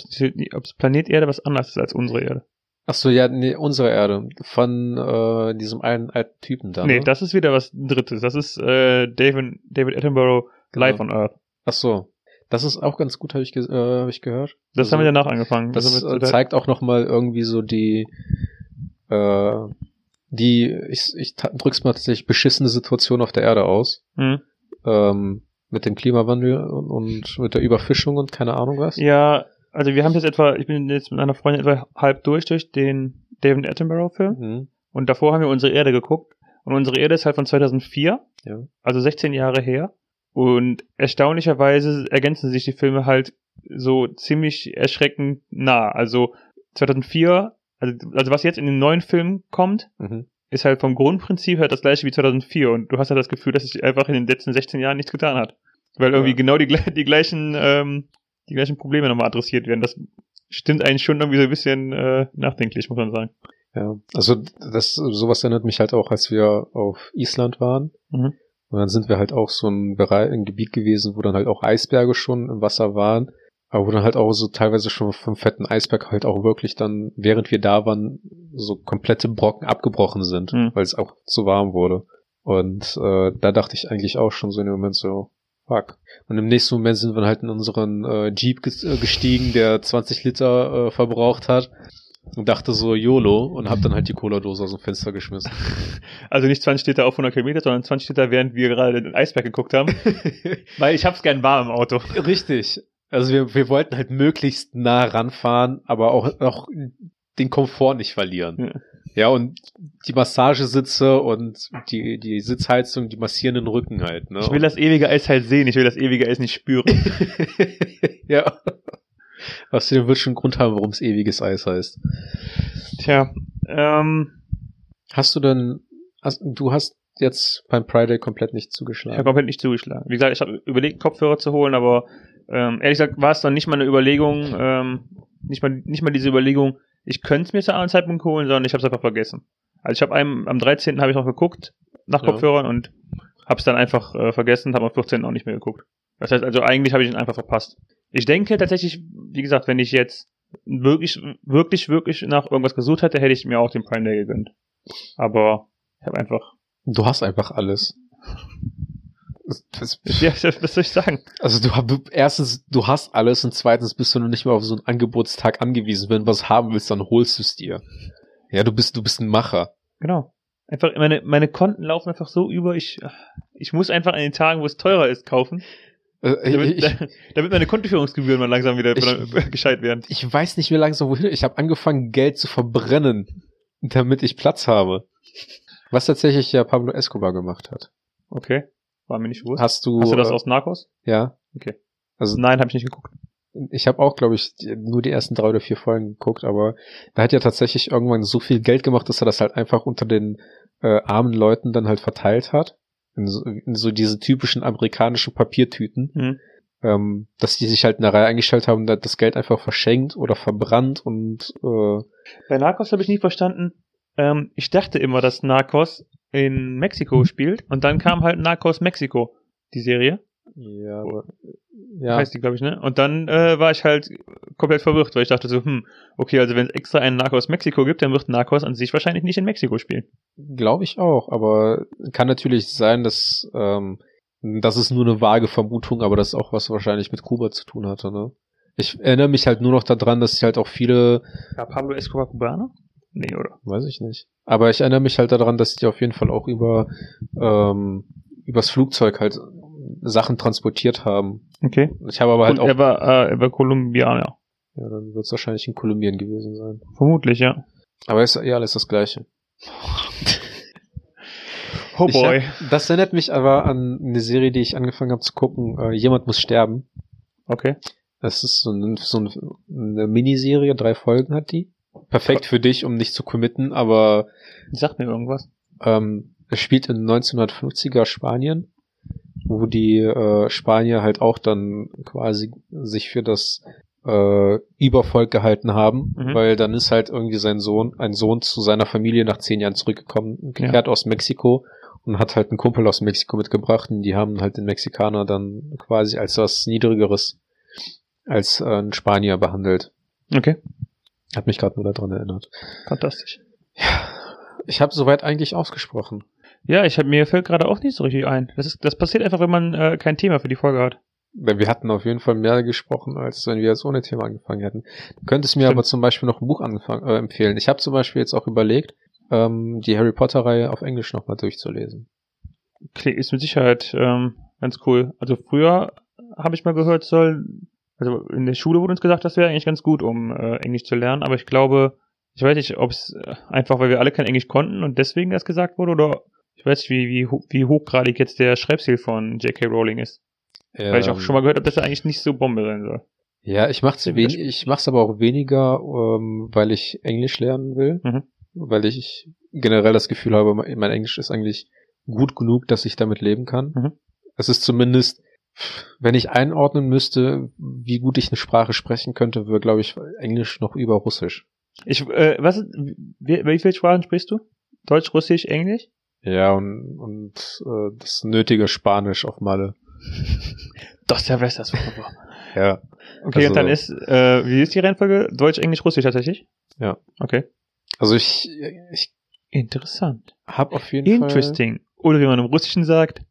Speaker 2: es Planet Erde was anderes ist als unsere Erde.
Speaker 1: Ach so, ja, nee, unsere Erde. Von äh, diesem einen alten Typen da.
Speaker 2: nee,
Speaker 1: ne?
Speaker 2: das ist wieder was Drittes. Das ist äh, David, David Attenborough
Speaker 1: Genau.
Speaker 2: Live on Earth.
Speaker 1: Ach so. Das ist auch ganz gut, habe ich, ge- äh, hab ich gehört.
Speaker 2: Das
Speaker 1: Also,
Speaker 2: haben wir danach angefangen.
Speaker 1: Das
Speaker 2: Also mit-
Speaker 1: äh, zeigt auch nochmal irgendwie so die, äh, die, ich, ich ta- drück's mal tatsächlich beschissene Situation auf der Erde aus.
Speaker 2: Mhm.
Speaker 1: Ähm, mit dem Klimawandel und, und mit der Überfischung und keine Ahnung was.
Speaker 2: Ja, also wir haben jetzt etwa, ich bin jetzt mit einer Freundin etwa halb durch durch den David Attenborough-Film.
Speaker 1: Mhm.
Speaker 2: Und davor haben wir unsere Erde geguckt. Und unsere Erde ist halt von 2004,
Speaker 1: Ja.
Speaker 2: also 16 Jahre her. Und erstaunlicherweise ergänzen sich die Filme halt so ziemlich erschreckend nah. Also 2004, also, also was jetzt in den neuen Film kommt,
Speaker 1: Mhm.
Speaker 2: ist halt vom Grundprinzip halt das gleiche wie 2004 und du hast halt das Gefühl, dass sich einfach in den letzten 16 Jahren nichts getan hat. Weil irgendwie
Speaker 1: Ja.
Speaker 2: genau die, gle- die gleichen ähm, die gleichen Probleme nochmal adressiert werden. Das stimmt einen schon irgendwie so ein bisschen äh, nachdenklich, muss man sagen.
Speaker 1: Ja, also das sowas erinnert mich halt auch, als wir auf Island waren.
Speaker 2: Mhm.
Speaker 1: Und dann sind wir halt auch so ein Bereich, ein Gebiet gewesen, wo dann halt auch Eisberge schon im Wasser waren, aber wo dann halt auch so teilweise schon vom fetten Eisberg halt auch wirklich dann, während wir da waren, so komplette Brocken abgebrochen sind,
Speaker 2: Mhm.
Speaker 1: weil es auch zu warm wurde. Und äh, da dachte ich eigentlich auch schon so in dem Moment so, fuck. Und im nächsten Moment sind wir halt in unseren äh, Jeep ges äh, gestiegen, der 20 Liter äh, verbraucht hat und dachte so YOLO und hab dann halt die Cola-Dose aus dem Fenster geschmissen.
Speaker 2: Also nicht 20 Liter auf 100 Kilometer, sondern 20 Liter, während wir gerade den Eisberg geguckt haben. Weil ich hab's gern warm im Auto.
Speaker 1: Richtig. Also wir, wir wollten halt möglichst nah ranfahren, aber auch, auch den Komfort nicht verlieren.
Speaker 2: Ja.
Speaker 1: Ja, und die Massagesitze und die, die Sitzheizung, die massierenden Rücken halt. Ne?
Speaker 2: Ich will das ewige Eis halt sehen, ich will das ewige Eis nicht spüren.
Speaker 1: ja. Was wir wird schon einen Grund haben, warum es ewiges Eis heißt.
Speaker 2: Tja, ähm,
Speaker 1: Hast du denn, hast, du hast jetzt beim Pride Day komplett nicht
Speaker 2: ich
Speaker 1: zugeschlagen.
Speaker 2: habe komplett nicht zugeschlagen. Wie gesagt, ich habe überlegt, Kopfhörer zu holen, aber ähm, ehrlich gesagt war es dann nicht mal eine Überlegung, ähm, nicht, mal, nicht mal diese Überlegung, ich könnte es mir zu einem Zeitpunkt holen, sondern ich habe es einfach vergessen. Also ich habe einem, am 13. habe ich noch geguckt nach
Speaker 1: Ja.
Speaker 2: Kopfhörern und habe es dann einfach äh, vergessen, habe am 14. auch nicht mehr geguckt. Das heißt also, eigentlich habe ich ihn einfach verpasst. Ich denke tatsächlich, wie gesagt, wenn ich jetzt wirklich, wirklich, wirklich nach irgendwas gesucht hätte, hätte ich mir auch den Prime Day gegönnt. Aber ich habe einfach,
Speaker 1: Du hast einfach alles. Das- das-
Speaker 2: ja, was soll ich sagen?
Speaker 1: Also du hab- du- erstens, du hast alles und zweitens bist du noch nicht mal auf so einen Angebotstag angewiesen. Wenn du was haben willst, dann holst du es dir. Ja, du bist, du bist ein Macher.
Speaker 2: Genau. Einfach, meine, meine Konten laufen einfach so über, ich, ich muss einfach an den Tagen, wo es teurer ist, kaufen,
Speaker 1: Äh,
Speaker 2: damit,
Speaker 1: ich, ich,
Speaker 2: damit meine Kontoführungsgebühren mal langsam wieder
Speaker 1: Ich-
Speaker 2: gescheit werden.
Speaker 1: ich weiß nicht mehr langsam wohin. Ich habe angefangen, Geld zu verbrennen, damit ich Platz habe. Was tatsächlich ja Pablo Escobar gemacht hat.
Speaker 2: Okay. War mir nicht bewusst.
Speaker 1: Hast du,
Speaker 2: Hast du das
Speaker 1: äh,
Speaker 2: aus Narcos?
Speaker 1: Ja.
Speaker 2: Okay.
Speaker 1: Also
Speaker 2: Nein, habe ich nicht geguckt.
Speaker 1: ich habe auch, glaube ich, die- nur die ersten drei oder vier Folgen geguckt, aber da hat ja tatsächlich irgendwann so viel Geld gemacht, dass er das halt einfach unter den äh, armen Leuten dann halt verteilt hat. In so, in so diese typischen amerikanischen Papiertüten,
Speaker 2: Mhm.
Speaker 1: ähm, dass die sich halt in der Reihe eingestellt haben und da- das Geld einfach verschenkt oder verbrannt und äh,
Speaker 2: Bei Narcos habe ich nicht verstanden. Ähm, ich dachte immer, dass Narcos in
Speaker 1: Mhm.
Speaker 2: Mexiko spielt und dann kam halt Narcos Mexiko, die Serie.
Speaker 1: ja, aber- ja.
Speaker 2: Heißt die, glaube ich, ne? Und dann äh, war ich halt komplett verwirrt, weil ich dachte so, hm, okay, also wenn es extra einen Narcos Mexiko gibt, dann wird Narcos an sich wahrscheinlich nicht in Mexiko spielen.
Speaker 1: Glaube ich auch, aber kann natürlich sein, dass ähm, das ist nur eine vage Vermutung, aber das ist auch was wahrscheinlich mit Kuba zu tun hatte. Ne? Ich erinnere mich halt nur noch daran, dass ich halt auch viele,
Speaker 2: War Pablo Escobar Kubaner? Nee, oder?
Speaker 1: weiß ich nicht, aber ich erinnere mich halt daran, dass die auf jeden Fall auch über ähm, übers Flugzeug halt Sachen transportiert haben.
Speaker 2: Okay.
Speaker 1: Ich habe aber halt auch,
Speaker 2: er, war, äh, er war Kolumbianer.
Speaker 1: ja, dann wird es wahrscheinlich in Kolumbien gewesen sein.
Speaker 2: Vermutlich, ja.
Speaker 1: Aber ist ja alles das Gleiche.
Speaker 2: Oh
Speaker 1: Ich Hab, das erinnert mich aber an eine Serie, die ich angefangen habe zu gucken. Äh, Jemand muss sterben.
Speaker 2: Okay.
Speaker 1: Das ist so, ein, so ein, eine Miniserie, drei Folgen hat die. Perfekt für dich, um nicht zu committen, aber
Speaker 2: Sagt mir irgendwas.
Speaker 1: ähm, es spielt in 1950er Spanien, wo die äh, Spanier halt auch dann quasi sich für das äh, Übervolk gehalten haben,
Speaker 2: Mhm.
Speaker 1: weil dann ist halt irgendwie sein Sohn, ein Sohn zu seiner Familie nach zehn Jahren zurückgekommen, gekehrt aus Mexiko und hat halt einen Kumpel aus Mexiko mitgebracht und die haben halt den Mexikaner dann quasi als was Niedrigeres als äh, einen Spanier behandelt.
Speaker 2: Okay.
Speaker 1: Hat mich gerade nur daran erinnert.
Speaker 2: Fantastisch.
Speaker 1: Ich habe soweit eigentlich ausgesprochen.
Speaker 2: Ja, ich hab, mir fällt gerade auch nicht so richtig ein. Das, ist, das passiert einfach, wenn man äh, kein Thema für die Folge hat.
Speaker 1: Wir hatten auf jeden Fall mehr gesprochen, als wenn wir jetzt ohne Thema angefangen hätten. Du könntest mir
Speaker 2: Stimmt.
Speaker 1: aber zum Beispiel noch ein Buch anfangen, äh, empfehlen. Ich habe zum Beispiel jetzt auch überlegt, ähm, die Harry Potter-Reihe auf Englisch nochmal durchzulesen.
Speaker 2: Kli- ist mit Sicherheit ähm, ganz cool. Also früher habe ich mal gehört, soll, also in der Schule wurde uns gesagt, das wäre eigentlich ganz gut, um äh, Englisch zu lernen, aber ich glaube, ich weiß nicht, ob es einfach, weil wir alle kein Englisch konnten und deswegen das gesagt wurde, oder ich weiß nicht, wie, wie, ho- wie hochgradig jetzt der Schreibstil von J.K. Rowling ist. Weil ich auch schon mal gehört habe, dass er eigentlich nicht so Bombe sein soll.
Speaker 1: Ähm, Ja, ich mach's
Speaker 2: Im
Speaker 1: wen
Speaker 2: Gespräch.
Speaker 1: ich mach's aber auch weniger, ähm, weil ich Englisch lernen will,
Speaker 2: Mhm.
Speaker 1: weil ich generell das Gefühl habe, mein mein Englisch ist eigentlich gut genug, dass ich damit leben kann.
Speaker 2: Mhm.
Speaker 1: Es ist zumindest, wenn ich einordnen müsste, wie gut ich eine Sprache sprechen könnte, wäre glaube ich Englisch noch über Russisch.
Speaker 2: Ich, äh, was, wie, wie viele Sprachen sprichst du? Deutsch, Russisch, Englisch?
Speaker 1: Ja, und, und äh, das nötige Spanisch auf Malle.
Speaker 2: Dos Silvestras. wunderbar.
Speaker 1: Ja.
Speaker 2: Okay,
Speaker 1: Also-
Speaker 2: und dann ist, äh, wie ist die Reihenfolge? Deutsch, Englisch, Russisch tatsächlich?
Speaker 1: Ja.
Speaker 2: Okay.
Speaker 1: Also ich, ich
Speaker 2: Interessant.
Speaker 1: habe auf jeden Fall...
Speaker 2: Interesting. Oder wie man im Russischen sagt,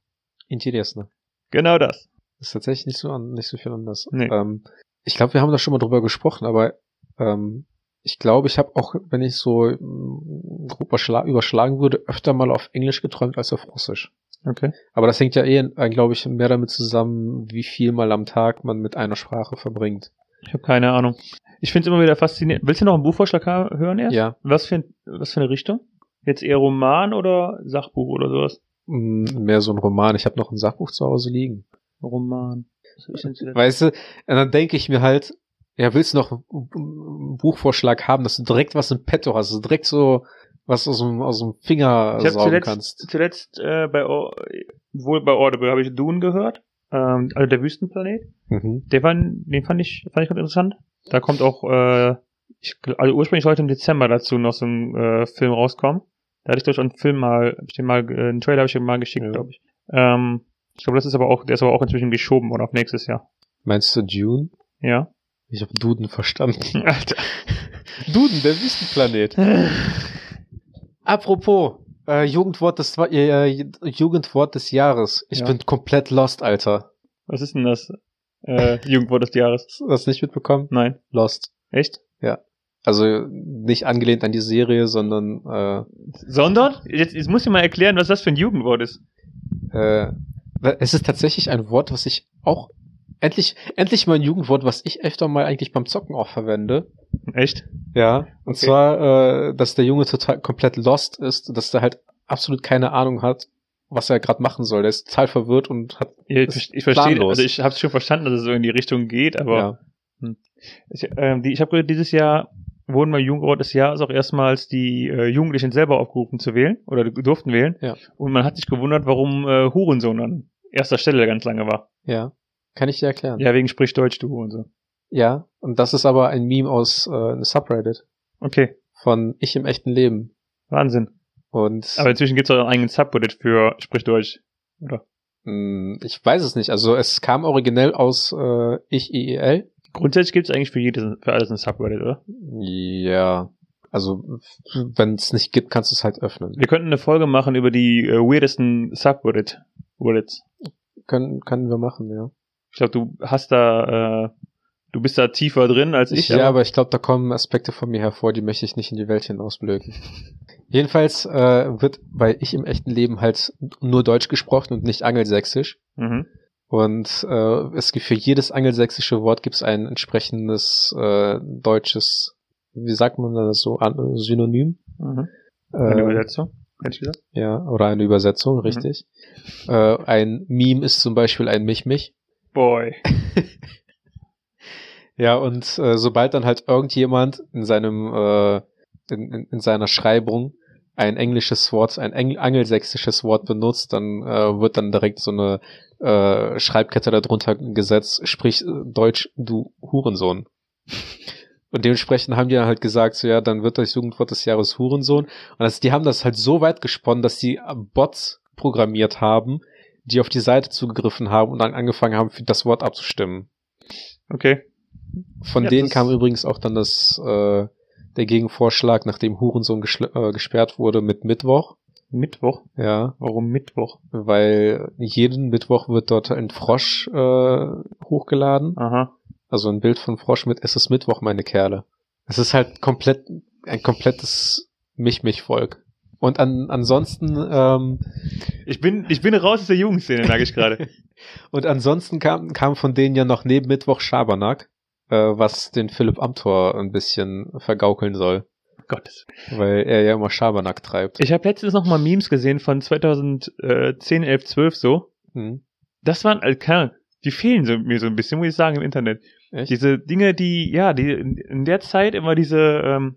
Speaker 1: Interesting.
Speaker 2: genau das.
Speaker 1: Ist tatsächlich nicht so, an, nicht so viel anders.
Speaker 2: Nee.
Speaker 1: Ähm, ich glaube, wir haben da schon mal drüber gesprochen, aber ähm, ich glaube, ich habe auch, wenn ich so ähm, grob überschla- überschlagen würde, öfter mal auf Englisch geträumt als auf Russisch.
Speaker 2: Okay.
Speaker 1: Aber das hängt ja eh, glaube ich, mehr damit zusammen, wie viel mal am Tag man mit einer Sprache verbringt.
Speaker 2: Ich habe keine Ahnung. Ich finde es immer wieder faszinierend. Willst du noch einen Buchvorschlag ha- hören erst?
Speaker 1: Ja.
Speaker 2: Was für, ein, was für eine Richtung? Jetzt eher Roman oder Sachbuch oder sowas?
Speaker 1: Mm, Mehr so ein Roman. Ich habe noch ein Sachbuch zu Hause liegen.
Speaker 2: Roman. Was hab ich denn zuletzt-
Speaker 1: Weißt du, und dann denke ich mir halt, ja, willst du noch einen Buchvorschlag haben, dass du direkt was im Petto hast, dass du direkt so was aus dem, aus dem Finger
Speaker 2: Ich habe
Speaker 1: saugen
Speaker 2: zuletzt,
Speaker 1: kannst.
Speaker 2: zuletzt äh, bei, Au- wohl bei Audible habe ich Dune gehört, ähm, also der Wüstenplanet.
Speaker 1: Mhm.
Speaker 2: Der war, den fand ich, fand ich ganz interessant. Da kommt auch, äh, ich, gl- also ursprünglich sollte im Dezember dazu noch so ein äh, Film rauskommen. Da hatte ich durch einen Film mal, hab ich den mal, äh, einen Trailer habe ich dir mal geschickt,
Speaker 1: Ja.
Speaker 2: glaube ich. Ähm, ich glaube, das ist aber auch, der ist aber auch inzwischen geschoben worden auf nächstes Jahr.
Speaker 1: Meinst du Dune?
Speaker 2: Ja.
Speaker 1: Ich habe Duden verstanden.
Speaker 2: Alter.
Speaker 1: Duden, der Wüstenplanet. Apropos, äh, Jugendwort, des, äh, Jugendwort des Jahres. Ich
Speaker 2: Ja.
Speaker 1: bin komplett lost, Alter.
Speaker 2: Was ist denn das? Äh, Jugendwort des Jahres.
Speaker 1: Hast du das nicht mitbekommen?
Speaker 2: Nein.
Speaker 1: Lost.
Speaker 2: Echt?
Speaker 1: Also nicht angelehnt an die Serie, sondern äh,
Speaker 2: Sondern? Jetzt, jetzt muss ich mal erklären, was das für ein Jugendwort ist.
Speaker 1: äh, äh, es ist tatsächlich ein Wort, was ich auch endlich endlich mal ein Jugendwort, was ich öfter mal eigentlich beim Zocken auch verwende.
Speaker 2: Echt?
Speaker 1: Ja, und
Speaker 2: Okay.
Speaker 1: zwar, äh, dass der Junge total komplett lost ist, dass der halt absolut keine Ahnung hat, was er gerade machen soll. Der ist total verwirrt und hat
Speaker 2: Ja, Ich,
Speaker 1: Ist
Speaker 2: ich verstehe,
Speaker 1: planlos.
Speaker 2: also ich habe es schon verstanden, dass es so in die Richtung geht, aber
Speaker 1: ja,
Speaker 2: Ich, ähm, die, ich habe gehört, dieses Jahr wurden beim Jugendrat des Jahres auch erstmals die äh, Jugendlichen selber aufgerufen zu wählen oder du- durften wählen.
Speaker 1: Ja.
Speaker 2: Und man hat sich gewundert, warum äh, Hurensohn an erster Stelle ganz lange war.
Speaker 1: ja. Kann ich dir erklären.
Speaker 2: Ja, wegen sprich Deutsch, du Hurensohn.
Speaker 1: Ja, und das ist aber ein Meme aus äh, einem Subreddit
Speaker 2: Okay,
Speaker 1: von Ich im echten Leben.
Speaker 2: Wahnsinn.
Speaker 1: Und
Speaker 2: Aber inzwischen gibt es auch einen eigenen Subreddit für sprich Deutsch.
Speaker 1: mh, mm, ich weiß es nicht. Also es kam originell aus äh, Ich IEL.
Speaker 2: Grundsätzlich gibt es eigentlich für jedes, für alles ein Subreddit, oder?
Speaker 1: Ja. Also wenn es nicht gibt, kannst du es halt öffnen.
Speaker 2: Wir könnten eine Folge machen über die äh, weirdesten Subreddit. Reddits.
Speaker 1: Können, können wir machen, ja.
Speaker 2: Ich glaube, du hast da, äh, du bist da tiefer drin als ich.
Speaker 1: ja, aber ich glaube, da kommen Aspekte von mir hervor, die möchte ich nicht in die Welt hinausblöken. Jedenfalls äh, wird bei ich im echten Leben halt nur Deutsch gesprochen und nicht Angelsächsisch.
Speaker 2: Mhm.
Speaker 1: Und äh, es gibt für jedes angelsächsische Wort gibt es ein entsprechendes äh, deutsches, wie sagt man das so, An Synonym?
Speaker 2: Mhm. Eine
Speaker 1: Äh,
Speaker 2: Übersetzung, hätte ich gesagt.
Speaker 1: ja, oder eine Übersetzung, richtig.
Speaker 2: Mhm.
Speaker 1: Äh, ein Meme ist zum Beispiel ein Mich-Mich.
Speaker 2: Boy.
Speaker 1: Ja, und äh, sobald dann halt irgendjemand in seinem, äh, in, in, in seiner Schreibung ein englisches Wort, ein Engl angelsächsisches Wort benutzt, dann äh, wird dann direkt so eine äh, Schreibkette darunter gesetzt, sprich äh, Deutsch, du Hurensohn. Und dementsprechend haben die dann halt gesagt, so ja, dann wird das Jugendwort des Jahres Hurensohn. Und das, die haben das halt so weit gesponnen, dass die äh, Bots programmiert haben, die auf die Seite zugegriffen haben und dann angefangen haben, für das Wort abzustimmen.
Speaker 2: Okay.
Speaker 1: Von
Speaker 2: Ja,
Speaker 1: denen
Speaker 2: das-
Speaker 1: kam übrigens auch dann das, äh, der Gegenvorschlag, nachdem Hurensohn geschl- äh, gesperrt wurde mit Mittwoch,
Speaker 2: Mittwoch?
Speaker 1: Ja,
Speaker 2: Warum Mittwoch?
Speaker 1: weil jeden Mittwoch wird dort ein Frosch äh, hochgeladen.
Speaker 2: Aha.
Speaker 1: Also ein Bild von Frosch mit Es ist Mittwoch, meine Kerle. Es ist halt komplett ein komplettes Mich-Mich-Volk. Und an, ansonsten, ähm,
Speaker 2: Ich bin, ich bin raus aus der Jugendszene, merke ich gerade.
Speaker 1: und ansonsten kam, kam von denen ja noch neben Mittwoch Schabernack, äh, was den Philipp Amthor ein bisschen vergaukeln soll,
Speaker 2: Gottes.
Speaker 1: weil er ja immer Schabernack treibt.
Speaker 2: Oh Ich habe letztens noch mal Memes gesehen von 2010, 11, 12 so.
Speaker 1: Hm,
Speaker 2: Das waren, also, keine Ahnung, die fehlen so, mir so ein bisschen, muss ich sagen, im Internet.
Speaker 1: echt?
Speaker 2: Diese Dinge, die, ja, die in, in der Zeit immer diese, ähm,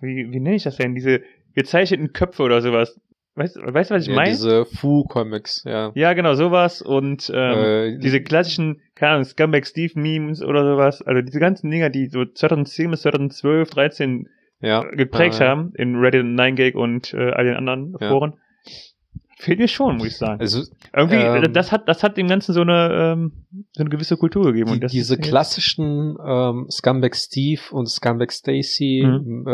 Speaker 2: wie, wie nenne ich das denn? Diese gezeichneten Köpfe oder sowas. Weißt weißt du, was ich
Speaker 1: ja,
Speaker 2: meine?
Speaker 1: diese Fu-Comics, ja.
Speaker 2: Ja, genau, sowas und ähm,
Speaker 1: Äh,
Speaker 2: diese klassischen, keine Ahnung, Scumbag Steve Memes oder sowas, also diese ganzen Dinger, die so 2010 bis 2012, 13
Speaker 1: ja.
Speaker 2: geprägt
Speaker 1: Ah, ja.
Speaker 2: haben, in Reddit und 9gag und äh, all den anderen
Speaker 1: Ja.
Speaker 2: Foren, fehlt mir schon, muss ich sagen.
Speaker 1: Also
Speaker 2: Irgendwie, äh,
Speaker 1: ähm,
Speaker 2: das hat, das hat dem Ganzen so eine, ähm, so eine gewisse Kultur gegeben.
Speaker 1: die,
Speaker 2: und das
Speaker 1: diese
Speaker 2: ist mir-
Speaker 1: klassischen ähm, Scumbag Steve und Scumbag Stacy,
Speaker 2: Mhm.
Speaker 1: äh,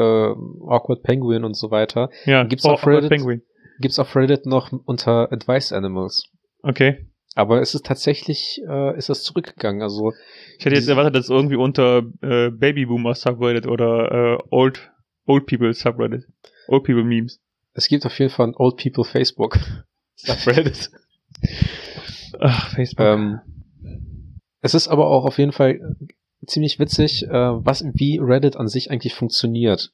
Speaker 1: Awkward Penguin und so weiter,
Speaker 2: ja,
Speaker 1: gibt's
Speaker 2: oh,
Speaker 1: auf
Speaker 2: oh,
Speaker 1: Reddit?
Speaker 2: Penguin.
Speaker 1: gibt's auf Reddit noch unter Advice Animals.
Speaker 2: Okay.
Speaker 1: Aber es ist tatsächlich, äh, ist das zurückgegangen. Also
Speaker 2: Ich hätte jetzt
Speaker 1: Diese-
Speaker 2: erwartet, dass es irgendwie unter äh, Babyboomer Subreddit oder äh, Old, Old People Subreddit. Old People Memes.
Speaker 1: es gibt auf jeden Fall ein Old People Facebook. Subreddit.
Speaker 2: Ach, Facebook.
Speaker 1: ähm, es ist aber auch auf jeden Fall ziemlich witzig, äh, was, wie Reddit an sich eigentlich funktioniert.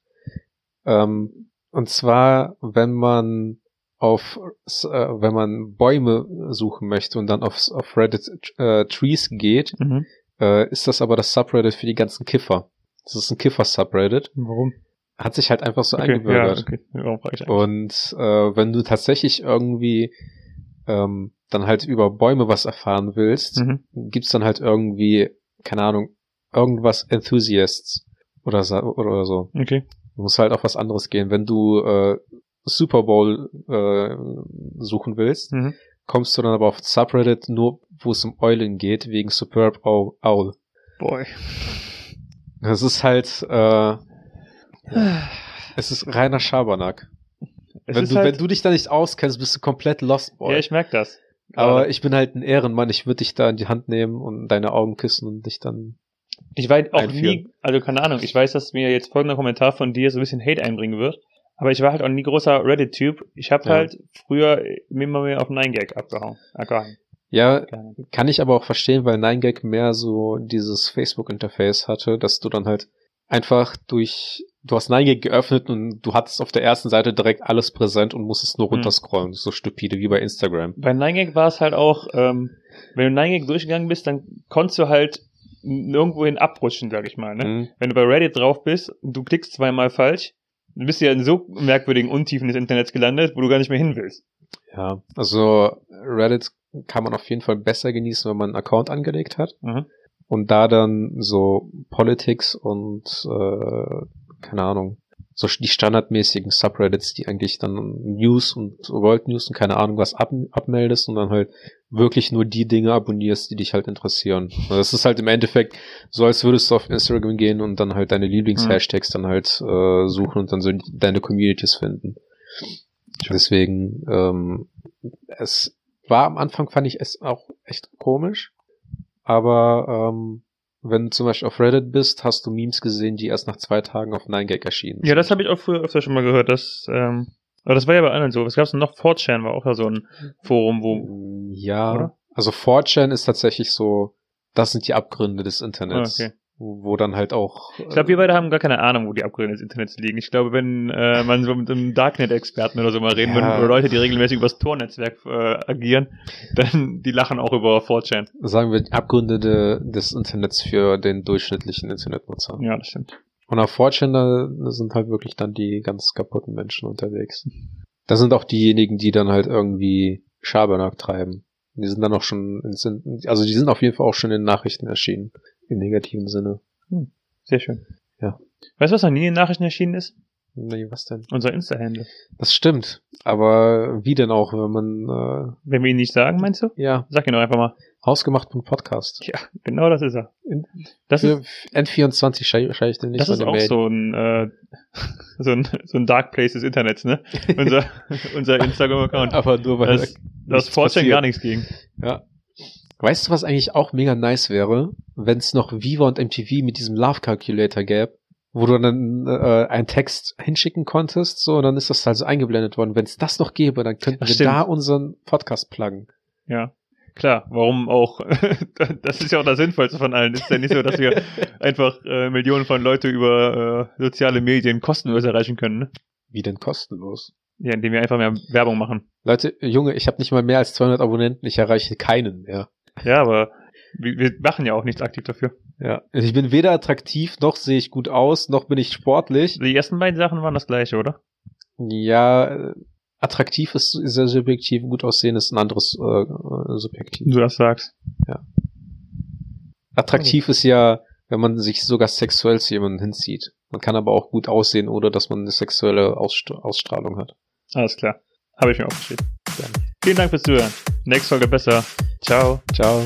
Speaker 1: Ähm, und zwar, wenn man auf, äh, wenn man Bäume suchen möchte und dann auf, auf Reddit äh, Trees geht,
Speaker 2: Mhm.
Speaker 1: äh, ist das aber das Subreddit für die ganzen Kiffer. Das ist ein Kiffer-Subreddit.
Speaker 2: Warum?
Speaker 1: Hat sich halt einfach so
Speaker 2: ja,
Speaker 1: eingebürgert.
Speaker 2: okay. Warum frage ich eigentlich?
Speaker 1: Und äh, wenn du tatsächlich irgendwie ähm, dann halt über Bäume was erfahren willst,
Speaker 2: Mhm.
Speaker 1: gibt's dann halt irgendwie, keine Ahnung, irgendwas Enthusiasts oder, sa- oder so.
Speaker 2: Okay.
Speaker 1: Muss halt auf was anderes gehen. Wenn du äh, Super Bowl äh, suchen willst,
Speaker 2: Mhm.
Speaker 1: kommst du dann aber auf Subreddit nur, wo es um Eulen geht, wegen Superb Ow- Owl.
Speaker 2: Boy.
Speaker 1: Das ist halt, äh, es ist reiner Schabernack.
Speaker 2: Es
Speaker 1: wenn,
Speaker 2: ist
Speaker 1: du,
Speaker 2: halt,
Speaker 1: wenn du dich da nicht auskennst, bist du komplett Lost Boy.
Speaker 2: ja, ich merke das.
Speaker 1: aber
Speaker 2: Gerade.
Speaker 1: ich bin halt ein Ehrenmann, ich würde dich da in die Hand nehmen und deine Augen küssen und dich dann.
Speaker 2: ich war auch
Speaker 1: einführen.
Speaker 2: nie, also keine Ahnung, ich weiß, dass mir jetzt folgender Kommentar von dir so ein bisschen Hate einbringen wird, aber ich war halt auch nie großer Reddit-Typ. Ich habe
Speaker 1: Ja.
Speaker 2: halt früher immer mehr auf 9gag abgehauen. abgehangen.
Speaker 1: Ja,
Speaker 2: Keine Ahnung.
Speaker 1: Kann ich aber auch verstehen, weil 9gag mehr so dieses Facebook-Interface hatte, dass du dann halt einfach durch, du hast 9gag geöffnet und du hattest auf der ersten Seite direkt alles präsent und musstest nur
Speaker 2: Hm.
Speaker 1: runterscrollen, so stupide wie bei Instagram.
Speaker 2: Bei 9gag war es halt auch, ähm, wenn du 9gag durchgegangen bist, dann konntest du halt nirgendwohin abrutschen, sag ich mal. Ne?
Speaker 1: Mhm.
Speaker 2: wenn du bei Reddit drauf bist und du klickst zweimal falsch, dann bist du ja in so merkwürdigen Untiefen des Internets gelandet, wo du gar nicht mehr hin willst.
Speaker 1: Ja, also Reddit kann man auf jeden Fall besser genießen, wenn man einen Account angelegt hat
Speaker 2: Mhm.
Speaker 1: und da dann so Politics und äh, keine Ahnung, so die standardmäßigen Subreddits, die eigentlich dann News und World News und keine Ahnung was ab, abmeldest und dann halt wirklich nur die Dinge abonnierst, die dich halt interessieren. Also das ist halt im Endeffekt so, als würdest du auf Instagram gehen und dann halt deine Lieblings-Hashtags dann halt äh, suchen und dann so deine Communities finden. Deswegen, ähm, es war am Anfang, fand ich es auch echt komisch. Aber ähm, wenn du zum Beispiel auf Reddit bist, hast du Memes gesehen, die erst nach zwei Tagen auf 9gag erschienen
Speaker 2: Ja, das habe ich auch früher öfter schon mal gehört, dass, ähm, aber das war ja bei anderen so. Was gab's denn noch? 4chan war auch ja so ein Forum, wo,
Speaker 1: Mm, Ja,
Speaker 2: Oder?
Speaker 1: also 4chan ist tatsächlich so, das sind die Abgründe des Internets.
Speaker 2: Ah, okay.
Speaker 1: Wo wo dann halt auch.
Speaker 2: ich glaube, wir beide haben gar keine Ahnung, wo die Abgründe des Internets liegen. Ich glaube, wenn äh, man so mit einem Darknet-Experten oder so mal reden
Speaker 1: Ja.
Speaker 2: würde, oder Leute, die regelmäßig übers Tor-Netzwerk äh, agieren, dann die lachen auch über 4chan.
Speaker 1: sagen wir, die Abgründe de, des Internets für den durchschnittlichen Internetnutzer.
Speaker 2: Ja, das stimmt.
Speaker 1: Und auf 4chan da sind halt wirklich dann die ganz kaputten Menschen unterwegs. Das sind auch diejenigen, die dann halt irgendwie Schabernack treiben. Die sind dann auch schon, in- sind- also die sind auf jeden Fall auch schon in den Nachrichten erschienen. Im negativen Sinne.
Speaker 2: Sehr schön.
Speaker 1: Ja.
Speaker 2: Weißt du, was noch nie in den Nachrichten erschienen ist?
Speaker 1: Nee, was denn?
Speaker 2: Unser Insta-Handle.
Speaker 1: Das stimmt. Aber wie denn auch, wenn man,
Speaker 2: Wenn wir ihn nicht sagen, meinst du?
Speaker 1: äh, ja,
Speaker 2: Sag ihn doch einfach mal.
Speaker 1: ausgemacht vom Podcast.
Speaker 2: Ja, genau das ist er. Das ist,
Speaker 1: N24 schei- schei- ich dem nicht
Speaker 2: das ist
Speaker 1: eine
Speaker 2: auch
Speaker 1: Mail.
Speaker 2: so ein, äh, so ein, so ein Dark Place des Internets, ne? Unser, unser Instagram-Account.
Speaker 1: Aber nur weil
Speaker 2: Das, das
Speaker 1: nichts
Speaker 2: Fortune
Speaker 1: passiert.
Speaker 2: gar nichts gegen.
Speaker 1: Weißt du, was eigentlich auch mega nice wäre, wenn es noch Viva und MTV mit diesem Love Calculator gäbe, wo du dann äh, einen Text hinschicken konntest, so und dann ist das halt so eingeblendet worden. Wenn es das noch gäbe, dann könnten
Speaker 2: Ach,
Speaker 1: wir
Speaker 2: stimmt.
Speaker 1: da unseren Podcast pluggen.
Speaker 2: Ja. Klar, warum auch? Das ist ja auch das Sinnvollste von allen. Ist ja nicht so, dass wir einfach äh, Millionen von Leute über äh, soziale Medien kostenlos erreichen können. Ne?
Speaker 1: Wie denn kostenlos?
Speaker 2: Ja, indem wir einfach mehr Werbung machen.
Speaker 1: Leute, Junge, ich habe nicht mal mehr als 200 Abonnenten, ich erreiche keinen mehr.
Speaker 2: Ja, aber wir, wir machen ja auch nichts aktiv dafür.
Speaker 1: Ja, Also ich bin weder attraktiv, noch sehe ich gut aus, noch bin ich sportlich.
Speaker 2: Die ersten beiden Sachen waren das gleiche, oder?
Speaker 1: Ja, äh, attraktiv ist sehr subjektiv, gut aussehen ist ein anderes äh, äh, subjektiv.
Speaker 2: Wenn du das sagst.
Speaker 1: Attraktiv ist ja, wenn man sich sogar sexuell zu jemandem hinzieht. Man kann aber auch gut aussehen, ohne dass man eine sexuelle Ausst Ausstrahlung hat.
Speaker 2: Alles klar. Habe ich mir aufgeschrieben.
Speaker 1: Gerne.
Speaker 2: Vielen Dank fürs Zuhören. Nächste Folge besser. Ciao.
Speaker 1: Ciao.